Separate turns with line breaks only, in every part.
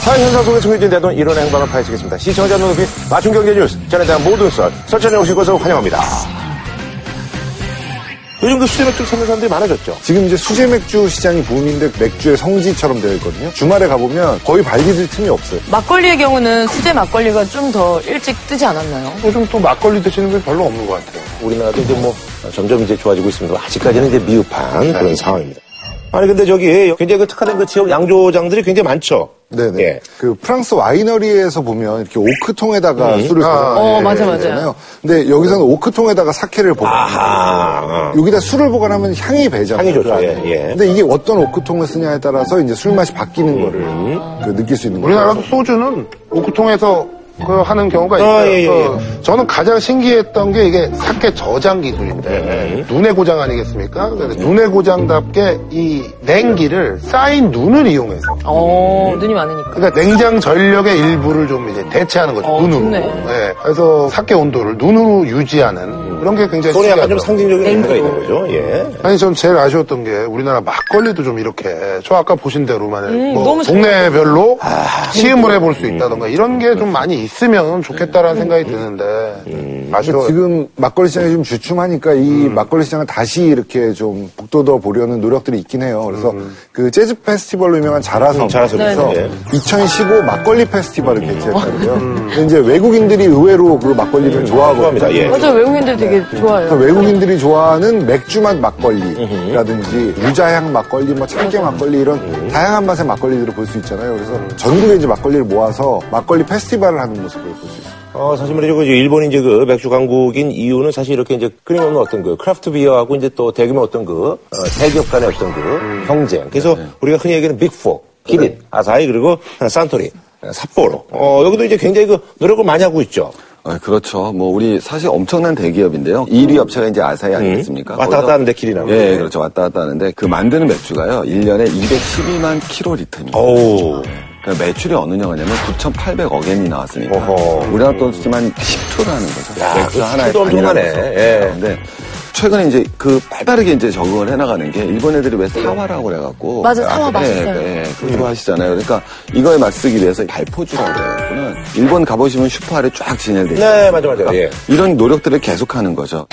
사회 현상 속에 소개된 대돈 이런 행방을 파헤치겠습니다. 시청자 눈높이 맞춤 경제 뉴스 전에 대한 모든 썰 설전에 오신 것을 환영합니다. 요즘 그 수제 맥주 찾는 사람들이 많아졌죠.
지금 이제 수제 맥주 시장이 붐인데 맥주의 성지처럼 되어 있거든요. 주말에 가보면 거의 발디딜 틈이 없어요.
막걸리의 경우는 수제 막걸리가 좀 더 일찍 뜨지 않았나요?
요즘 또 막걸리 드시는 분이 별로 없는 것 같아요.
우리나라도 이제 뭐 점점 이제 좋아지고 있습니다. 아직까지는 이제
네.
미흡한 그런 상황입니다. 아니 근데 저기 굉장히 그 특화된 그 지역 양조장들이 굉장히 많죠.
네네.
예.
그 프랑스 와이너리에서 보면 이렇게 오크통에다가
음.
술을
아,
어,
보관하는
맞아, 맞아요.
거잖아요. 근데 여기서는 오크통에다가 사케를 보관해요.
아하.
여기다 술을 보관하면 향이 배잖아요.
아. 향이 좋죠.
그 안에.
예, 예.
근데 이게 어떤 오크통을 쓰냐에 따라서 이제 술 맛이
음.
바뀌는 거를 그 느낄 수 있는 거예요.
우리나라도 소주는 오크통에서 그 하는 경우가 있어요.
아, 예, 예, 예.
그 저는 가장 신기했던 게 이게 사케 저장
네.
기술인데 눈의 고장 아니겠습니까? 그래서 눈의 고장답게 이 냉기를 쌓인 눈을 이용해서
어, 눈이 많으니까.
그러니까 냉장 전력의 일부를 좀 이제 대체하는 거죠
어,
눈으로.
좋네.
예, 그래서 사케 온도를 눈으로 유지하는 그런 게 굉장히
음. 소리 약간 좀
신기하더라고요.
상징적인 의미가 있는 거죠. 예.
아니 전 제일 아쉬웠던 게 우리나라 막걸리도 좀 이렇게 저 아까 보신 대로만
음,
뭐
너무 잘 아,
동네별로 시음을 해볼 수 있다던가 이런 게 좀 많이 있으면 좋겠다라는
음,
생각이 드는데 음, 아쉬워요.
지금 막걸리 시장이 좀 주춤하니까 이
음.
막걸리 시장을 다시 이렇게 좀 북돋워 보려는 노력들이 있긴 해요. 그래서 그 재즈 페스티벌로 유명한 자라섬.
음, 자라섬에서, 네, 네.
2015 막걸리 페스티벌을 개최했거든요. 근데 이제 외국인들이 의외로 그 막걸리를 좋아하거든요.
좋아합니다. 예.
맞아요, 외국인들 되게
그래서
좋아해요.
외국인들이 좋아하는 맥주맛 막걸리라든지
음.
유자향 막걸리, 뭐 참깨 막걸리 이런 다양한 맛의 막걸리들을 볼 수 있잖아요. 그래서 전국에 이제 막걸리를 모아서 막걸리 페스티벌을 하는 모습을 볼 수 있어요.
어, 사실 말이죠. 그 이제 일본이 이제 그 맥주 강국인 이유는 사실 이렇게 이제 끊임없는 어떤 그 크라프트 비어하고 이제 또 대규모 어떤 그 어, 대기업 간의 어떤 그 경쟁. 그래서 우리가 흔히 얘기하는 빅4, 기린, 아사히 그리고 산토리, 삿포로. 어, 여기도 이제 굉장히 그 노력을 많이 하고 있죠.
아, 그렇죠. 뭐 우리 사실 엄청난 대기업인데요. 1위 업체가 이제 아사히 아니겠습니까?
음. 왔다 갔다 하는데 음. 길이나.
예, 그렇죠. 왔다 갔다 하는데 그 만드는 맥주가요. 1년에 212만 킬로리터입니다.
어우.
그러니까 매출이 어느냐 하냐면 9,800억엔이 나왔으니까
어허.
우리나라 돈치만 10초라는 거죠.
야, 그
맥주 하나에
수도
반이라는
엄청나네.
거죠.
예.
근데 최근에 이제 그 빠르게 이제 적응을 해나가는 게 일본 애들이 왜 사와라고 그래갖고
맞아, 사와
예,
맛있어요.
예,
음.
그거 하시잖아요. 그러니까 이거에 맞서기 위해서 발포주라고 그래갖고는 일본 가보시면 슈퍼 아래 쫙 진열돼 있어요. 그러니까
네, 맞아, 맞아. 예.
이런 노력들을 계속하는 거죠.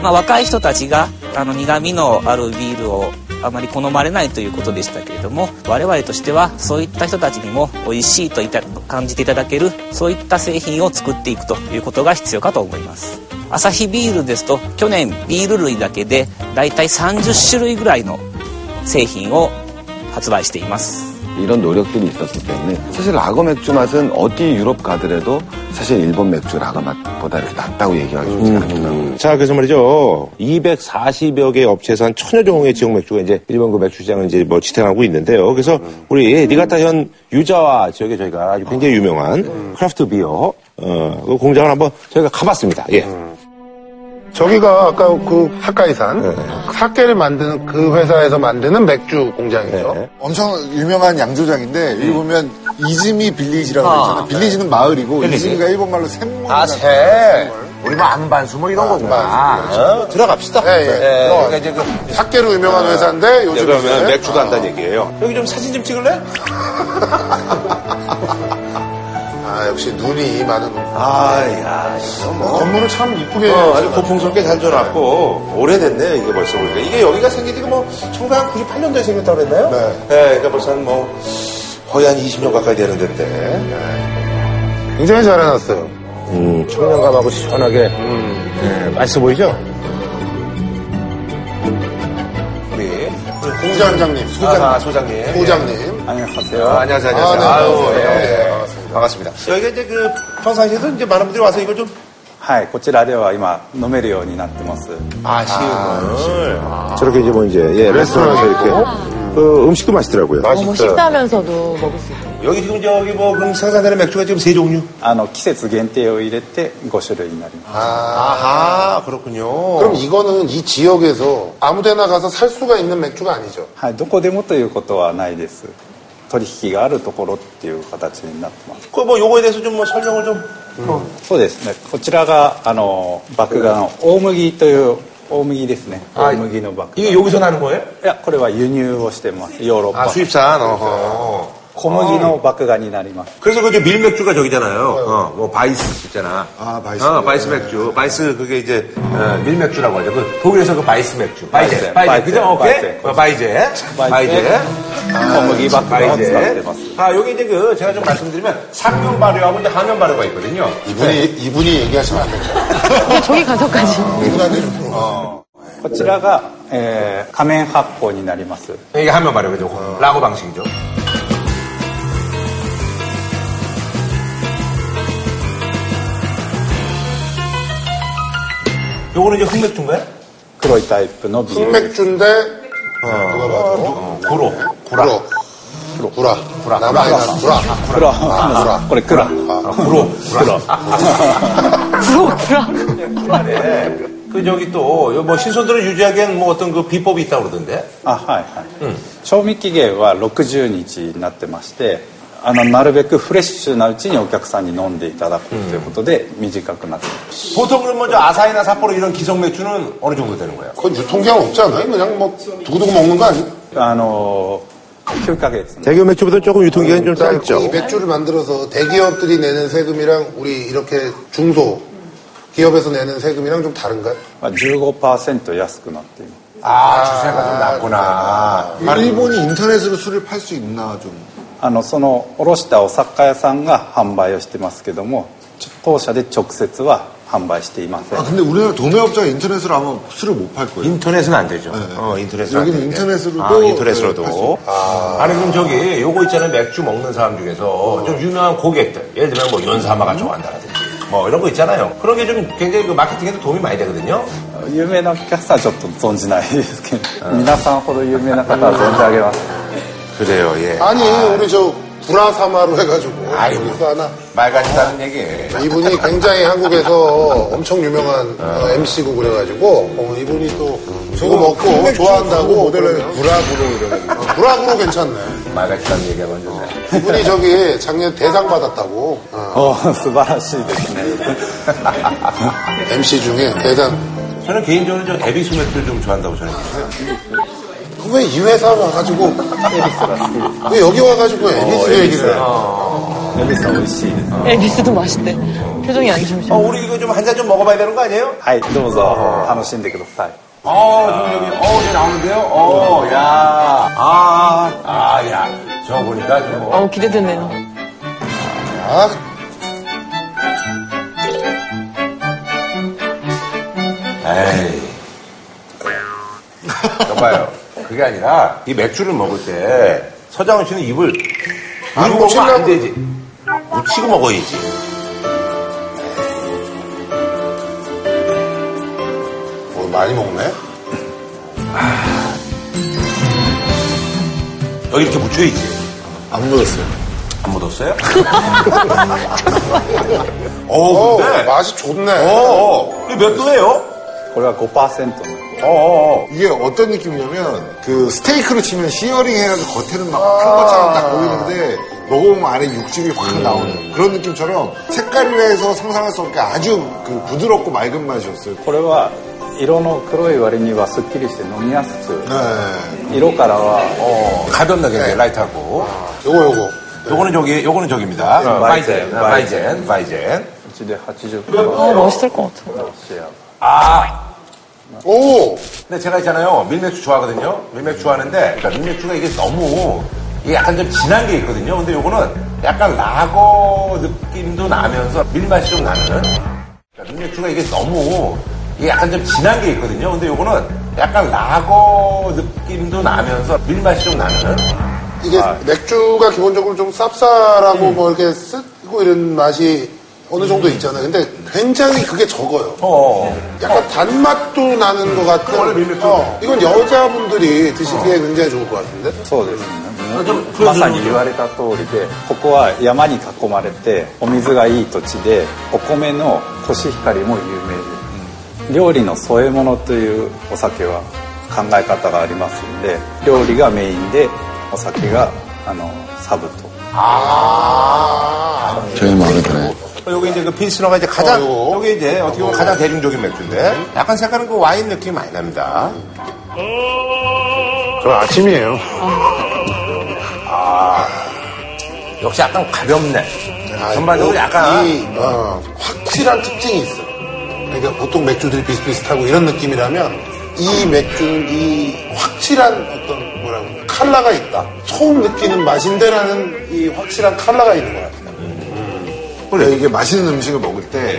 まあ、若い人たちがあの苦味のあるビールをあまり好まれないということでしたけれども我々としてはそういった人たちにも美味しいといた感じていただけるそういった製品を作っていくということが必要かと思いますアサヒビールですと去年ビール類だけでだいたい30種類ぐらいの製品を発売しています
이런 노력들이 있었기 때문에 사실 라거 맥주 맛은 어디 유럽 가더라도 사실 일본 맥주 라거 맛보다 이렇게 낫다고 얘기하기 쉽지
음.
않더라고요.
자, 그래서 말이죠. 240여 개 업체에서 한 천여 종의 지역 맥주가 이제 일본 그 맥주 시장을 이제 뭐 지탱하고 있는데요. 그래서 우리 니가타현 유자와 지역에 저희가 아주 굉장히 유명한 크라프트 비어 어, 그 공장을 한번 저희가 가봤습니다. 예.
저기가 아까 그 하카이산
네.
사케를 만드는 그 회사에서 만드는 맥주 공장이죠.
네.
엄청 유명한 양조장인데 여기 보면 이즈미 빌리지라고 음. 아, 있잖아요. 빌리지는 아, 마을이고 이즈미가 일본 말로 샘물.
우리가 안반수 뭐 이런 거구나. 들어갑시다.
예, 예.
그러니까 이제 그
사케로 유명한 회사인데 요즘
예, 그러면
이제
맥주도 한다는 얘기예요. 여기 좀 사진 좀 찍을래?
아 역시 눈이 많은
아, 야. 뭐.
건물을 참 이쁘게
어, 아주 고풍스럽게 잘 줘놨고 오래됐네 이게 벌써 보니까 이게 여기가 생긴 지가 뭐 1998년도에 생겼다고 그랬나요? 네. 그러니까 벌써 한 뭐 거의 한 20년 가까이 되는 데인데
굉장히 잘 해놨어요.
음, 청량감하고 시원하게 네, 맛있어 보이죠? 우리
공장장님, 소장님,
아, 소장님
소장님.
예. 아, 안녕하세요 안녕하세요
아, 네,
아유,
안녕하세요.
예, 예. 반갑습니다 여기가 이제 그 평상시에도 이제 많은 분들이 와서 이걸 좀
はい、こちらでは今飲めるようになってます。
아쉬움을 저렇게 이제 뭐 이제 예, 레스토랑에서 이렇게 그 음식도 맛있더라고요
어, 뭐 식사하면서도 먹을 수 있어요.
여기 지금 저기 뭐 그럼 생산되는 맥주가 지금 세 종류?
あの季節限定を入れて5種類になります。
아하 그렇군요.
그럼 이거는 이 지역에서 아무데나 가서 살 수가 있는 맥주가 아니죠.
はい、どこでもということはないです。取引があるところっていう形になってます。
그 뭐 요거에 대해서 좀 뭐 설명을 좀.
そうですね。こちらがあの麦芽の大麦という大麦ですね
はい
大麦のバッグ
이게 여기서 나는 거예요?
いやこれは輸入をしてますヨーロッパ
아, 수입산. 어허.
小麦の麦芽になります
그래서 그저 밀맥주가 저기잖아요. 어, 뭐 바이스 있잖아.
아, 바이스.
어, 바이스 맥주. 바이스 그게 이제 어, 밀맥주라고 하죠. 그 독일에서 그 바이스 맥주. 바이제.
바이제,
바이제.
바이제,
그죠? 오케이.
바이제.
어, 바이제. 바이제.
小麦バッグを使ってます
아, 여기 이제 그 제가 좀 말씀드리면 상면 발효하고 이제 하면 발효가 있거든요.
이분이, 이분이 얘기하시면 안 됩니다.
근데 저기 가서까지.
이분한테 좀 물어봐.
こちらが、えー、仮面発酵になります
이게 하면 발효죠. 라고 방식이죠. 요거는 이제 흑맥주인가요?
黒いタイプのビール
흑맥주인데, 누가 봐도.
어, 고로.
구라. 구라. 구라. 남아있는 구라.
黒
あ黒
これ黒
아, 구로. 구라. 네. 그 저기 또, 요뭐 신선도를 유지하기엔 뭐 어떤 그 비법이 있다고 그러던데?
あはいはい、賞味期限は60日になってましてあのなるべくフレッシュなうちにお客さんに飲んでいただくということで短くなってます
보통 그럼 먼저 아사히나 삿포로 이런 기성 맥주는 어느 정도 되는 거예요?
그건 유통기한 없잖아요. 그냥 뭐, 두고두고 먹는 거 아니에요?
あの9ヶ月の
대교 맥주보다 조금 유통기한이 좀 짧죠.
이 맥주를 만들어서 대기업들이 내는 세금이랑 우리 이렇게 중소 기업에서 내는 세금이랑 좀 다른가요?
15%安くなっています
아, 주세가 좀 낮구나.
일본이 인터넷으로 술을 팔 수 있나 좀.
あのその卸したお酒屋さんが販売をしてますけどもちょ当社で直接は販売していません
아, 근데 우리나라 도매업자가 인터넷으로 아마 술을 못 팔 거예요.
인터넷은 안 되죠. 어,
여기는
인터넷은 안 되는데.
인터넷으로도
아,
네, 할수
인터넷으로도.
있다.
아. 니 그럼 저기 요거 있잖아요. 맥주 먹는 사람 중에서 좀 유명한 고객들. 예를 들면 뭐 연사마가 좋아한다라든지. 뭐 이런 거 있잖아요. 그런 게 좀 굉장히 그 마케팅에도 도움이 많이 되거든요.
有名なお客さんはちょっと存じないですけど皆さんほど有名な方は存じ上げます
그래요, 예.
아니 우리 저 구라사마로 해가지고
아이고.
그래서 하나
말 같다는 얘기.
이분이 굉장히 한국에서 엄청 유명한 어, MC고 그래가지고 어, 이분이 또 저거 먹고 좋아한다고 모델을 구라구로 이래가지고 구라구로 괜찮네.
말 같다는 얘기가 먼저.
이분이 저기 작년 대상 받았다고 어.
おー素晴らしいですね
MC 중에 대상.
저는 개인적으로 저 에비스 맥주를 좀 좋아한다고 전해주세요.
왜 이 회사 와가지고 왜 여기 와가지고 에비스 얘기를 해?
エビス美味しいです
네, 에비스도 맛있대. 표정이 안
어,
좋으시네.
우리 이거 좀 한 잔 좀 먹어봐야 되는 거 아니에요?
はいどうぞ楽しんでください
어, 지금 여기, 어, 이제 나오는데요? 어, 야. 아, 아, 야. 저 보니까 지금 뭐.
어, 기대되네요.
에이. 여봐요. 그게 아니라, 이 맥주를 먹을 때, 서장훈 씨는 입을, 안 먹으면 안
묻히려고.
되지. 묻히고 먹어야지.
뭐 많이 먹네.
아. 여기 이렇게 묻혀야지.
안 묻었어요.
안 묻었어요?
뭐,
어, 근데.
맛이 좋네.
어, 이게 몇 도예요?
これは5%の
어, 어, 어.
이게 어떤 느낌이냐면 그 스테이크로 치면 시어링 해가지고 겉에는 막 큰 것처럼 딱 보이는데 먹어보면 안에 육즙이 확 나오는 그런 느낌처럼 색깔로 해서 상상할 수 없게 아주 그 부드럽고 맑은 맛이었어요.
これは色の黒い割にはすっきりして飲みやすく
네.
色からは
어, 가볍네, 굉장히 라이트하고.
요거 요거.
요거는 저기, 요거는 저기입니다. 어, 바이젠, 아,
바이젠,
바이젠, 바이젠.
うちで80%
어 맛있을 것 같아.
シェア
아!
오.
근데 제가 있잖아요. 밀맥주 좋아하거든요. 밀맥주 좋아하는데, 그러니까 밀맥주가 이게 너무, 이게 약간 좀 진한 게 있거든요. 근데 요거는 약간 라거 느낌도 나면서 밀맛이 좀 나는. 그러니까 밀맥주가 이게 너무, 이게 약간 좀 진한 게 있거든요. 근데 요거는 약간 라거 느낌도 나면서 밀맛이 좀 나는.
이게 맥주가 기본적으로 좀 쌉싸라고 뭐 이렇게 쓰고 이런 맛이 어느 정도 있잖아요. 근데 굉장히 그게 적어요.
어.
약간 단맛도 나는 것 같은.
원래 밀맥주.
어, 이건 여자분들이 드시기에
어.
굉장히 좋을 것 같은데.
そうですね
좀
まさに言われた通りでここは山に囲まれてお水がいい土地でお米のコシヒカリも有名です、料理の添え物というお酒は考え方がありますんで料理がメインでお酒があのサブと
아.
뭐,
저희 마음에 들어요.
요게 이제 그 필스너가 이제 가장 요게 이제 어떻게 보면 가장 대중적인 맥주인데 약간 색깔은 그 와인 느낌이 많이 납니다.
저 아침이에요.
역시 약간 가볍네. 전반적으로 약간
이 어, 확실한 특징이 있어. 그러니까 보통 맥주들이 비슷비슷하고 이런 느낌이라면 이 맥주는 이 확실한 어떤 뭐라고 그럴까, 컬러가 있다. 처음 느끼는 맛인데라는 이 확실한 컬러가 있는 것 같아요.
그래 음. 이게 맛있는 음식을 먹을 때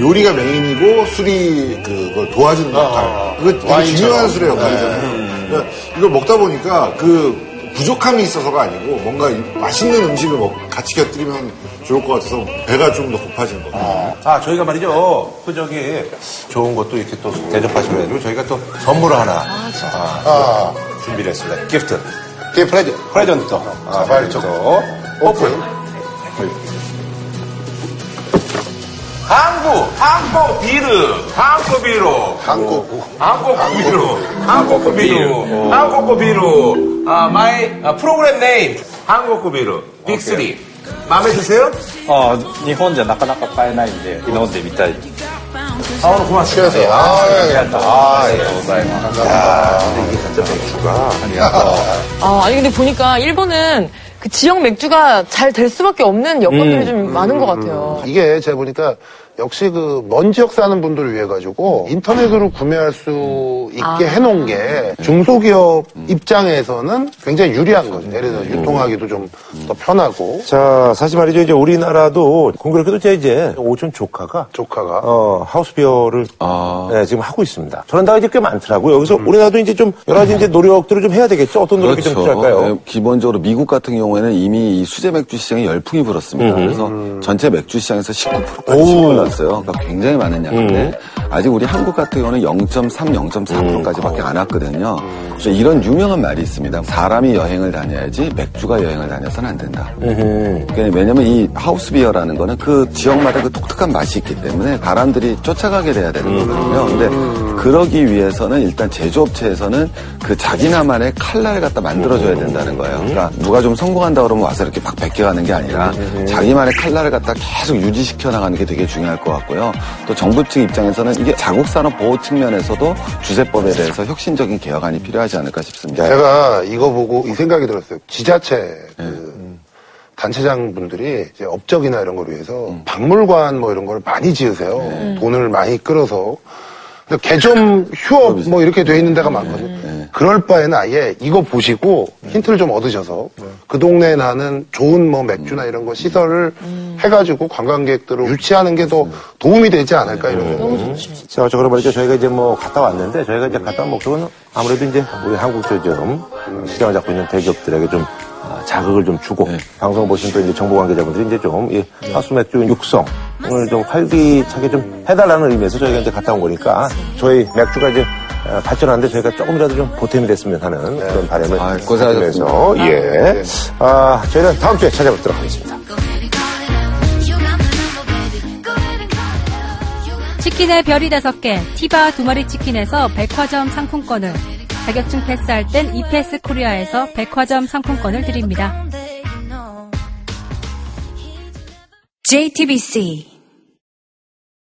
요리가 메인이고 술이 그걸 도와주는
아,
역할 이거 되게 중요한 술의
네.
역할이잖아요
음.
그러니까 이걸 먹다 보니까 그 부족함이 있어서가 아니고 뭔가 이 맛있는 음식을 먹, 같이 곁들이면 좋을 것 같아서 배가 좀 더 고파지는 것 같아요
아 저희가 말이죠 그 저기 좋은 것도 이렇게 또 대접하시면 해가지고 저희가 또 선물을 하나 아, 준비를 했습니다 기프트
그게 프레드.
프레젠트 아,
자발적.
오픈 한국 한국 비르 한국 비로
한국.
한국 비루, 한국 비루, 한국 비루. 아, 마이 아, 프로그램 네임 한국 비루 빅스리. 마음에 드세요?
あー日本じゃなかなか買えないんで飲んでみたい
아, 오늘 고맙습니다. 네, 아, 아, 예, 감사합니다. 야, 근데 이게 진짜 맥주가
아, 아니 근데 보니까 일본은 그 지역 맥주가 잘 될 수밖에 없는 여건들이 좀 많은 것 같아요.
이게 제가 보니까 역시 그 먼 지역 사는 분들을 위해 가지고 인터넷으로 구매할 수 있게 해놓은 게 중소기업 입장에서는 굉장히 유리한 거죠. 예를 들어 유통하기도 좀 더 편하고
자, 사실 말이죠. 이제 우리나라도 공교롭게도 제 이제 오촌 조카가
조카가
어, 하우스비어를 네, 지금 하고 있습니다. 저런 데가 이제 꽤 많더라고요. 여기서 우리나라도 이제 좀 여러 가지 이제 노력들을 좀 해야 되겠죠. 어떤 노력이 좀 필요할까요?
네, 기본적으로 미국 같은 경우에는 이미 이 수제 맥주 시장에 열풍이 불었습니다. 그래서 전체 맥주 시장에서 19%까지 올랐어요. 그러니까 굉장히 많은 양인데
음.
아직 우리 한국 같은 경우는 0.3,
음.
0.4%까지밖에 안 왔거든요. 그래서 이런 유명한 말이 있습니다. 사람이 여행을 다녀야지 맥주가 여행을 다녀서는 안 된다. 그러니까 왜냐면 이 하우스 비어라는 거는 그 지역마다 그 독특한 맛이 있기 때문에 사람들이 쫓아가게 돼야 되는 거거든요. 근데 그러기 위해서는 일단 제조업체에서는 그 자기나만의 칼날을 갖다 만들어줘야 된다는 거예요. 그러니까 누가 좀 성공한다 그러면 와서 이렇게 막 베껴가는 게 아니라 자기만의 칼날을 갖다 계속 유지시켜 나가는 게 되게 중요할 것 같고요. 또 정부 측 입장에서는 이게 자국산업 보호 측면에서도 주세법에 대해서 혁신적인 개혁안이 필요하지 않을까 싶습니다.
제가 이거 보고 이 생각이 들었어요. 지자체 그 단체장 분들이 이제 업적이나 이런 걸 위해서 박물관 뭐 이런 걸 많이 지으세요. 돈을 많이 끌어서. 근데 개점 휴업 뭐 이렇게 돼 있는 데가 많거든요. 그럴 바에는 아예 이거 보시고 힌트를 좀 얻으셔서 그 동네에 나는 좋은 뭐 맥주나 이런 거 시설을 해가지고 관광객들을 유치하는 게 더 도움이 되지 않을까 이런 생각.
자, 어쩌고 말이죠. 저희가 이제 뭐 갔다 왔는데 저희가 이제 갔다 온 목적은 아무래도 이제 우리 한국 저좀 시장을 잡고 있는 대기업들에게 좀 아, 자극을 좀 주고
네.
방송 보신 또 이제 정보 관계자분들이 이제 좀 이 하수 맥주 육성 오늘 좀 활기차게 좀 해달라는 의미에서 저희가 이제 갔다 온 거니까 저희 맥주가 이제 어, 발전하는데 저희가 조금이라도 좀 보탬이 됐으면 하는 그런 바람을
아이, 고생하셨습니다. 네.
가지면서, 예. 아, 저희는 다음 주에 찾아뵙도록 하겠습니다.
치킨의 별이 다섯 개, 티바 두 마리 치킨에서 백화점 상품권을, 자격증 패스할 땐 이패스 코리아에서 백화점 상품권을 드립니다. JTBC